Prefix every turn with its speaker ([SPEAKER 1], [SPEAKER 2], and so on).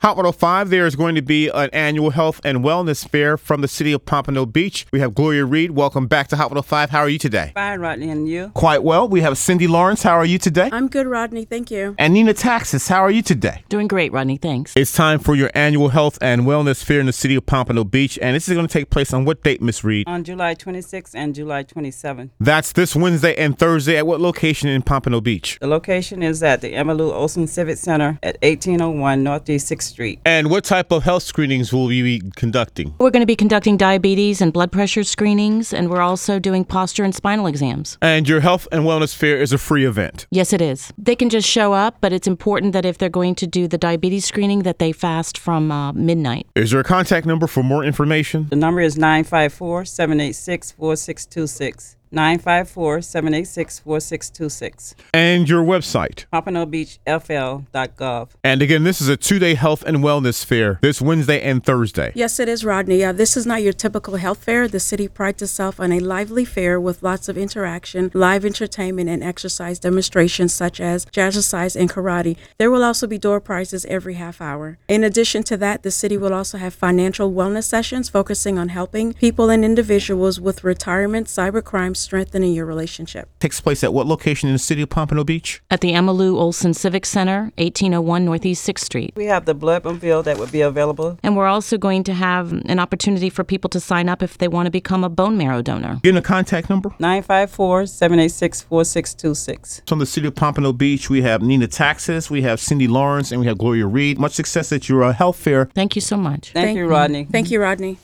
[SPEAKER 1] Hot 105, there is going to be an annual health and wellness fair from the city of Pompano Beach. We have Gloria Reed. Welcome back to Hot 105. How are you today?
[SPEAKER 2] Fine, Rodney, and you?
[SPEAKER 1] Quite well. We have Cindy Lawrence. How are you today?
[SPEAKER 3] I'm good, Rodney. Thank you.
[SPEAKER 1] And Nina Taxis. How are you today?
[SPEAKER 4] Doing great, Rodney. Thanks.
[SPEAKER 1] It's time for your annual health and wellness fair in the city of Pompano Beach. And this is going to take place on what date, Miss Reed?
[SPEAKER 2] On July 26th and July 27th.
[SPEAKER 1] That's this Wednesday and Thursday at what location in Pompano Beach?
[SPEAKER 2] The location is at the Emmalou Olson Civic Center at 1801 Northeast 6th Street.
[SPEAKER 1] And what type of health screenings will you be conducting?
[SPEAKER 4] We're going to be conducting diabetes and blood pressure screenings, and we're also doing posture and spinal exams.
[SPEAKER 1] And your health and wellness fair is a free event.
[SPEAKER 4] Yes, it is. They can just show up, but it's important that if they're going to do the diabetes screening, that they fast from uh, midnight.
[SPEAKER 1] Is there a contact number for more information?
[SPEAKER 2] The number is 954 786 4626. 954 786 4626.
[SPEAKER 1] And your website?
[SPEAKER 2] PompanoBeachFL.gov.
[SPEAKER 1] And again, this is a two day health and wellness fair this Wednesday and Thursday.
[SPEAKER 3] Yes, it is, Rodney. Uh, this is not your typical health fair. The city prides itself on a lively fair with lots of interaction, live entertainment, and exercise demonstrations such as jazzercise and karate. There will also be door prizes every half hour. In addition to that, the city will also have financial wellness sessions focusing on helping people and individuals with retirement, cybercrime, strengthening your relationship.
[SPEAKER 1] Takes place at what location in the city of Pompano Beach?
[SPEAKER 4] At the Emmalou Olson Civic Center, 1801 Northeast 6th Street.
[SPEAKER 2] We have the blood reveal that will be available.
[SPEAKER 4] And we're also going to have an opportunity for people to sign up if they want to become a bone marrow donor.
[SPEAKER 1] Getting a contact number?
[SPEAKER 2] 954 786 4626.
[SPEAKER 1] From the city of Pompano Beach, we have Nina Taxis, we have Cindy Lawrence, and we have Gloria Reed. Much success at your uh, health fair.
[SPEAKER 4] Thank you so much.
[SPEAKER 2] Thank you, Rodney.
[SPEAKER 3] Thank you, Rodney.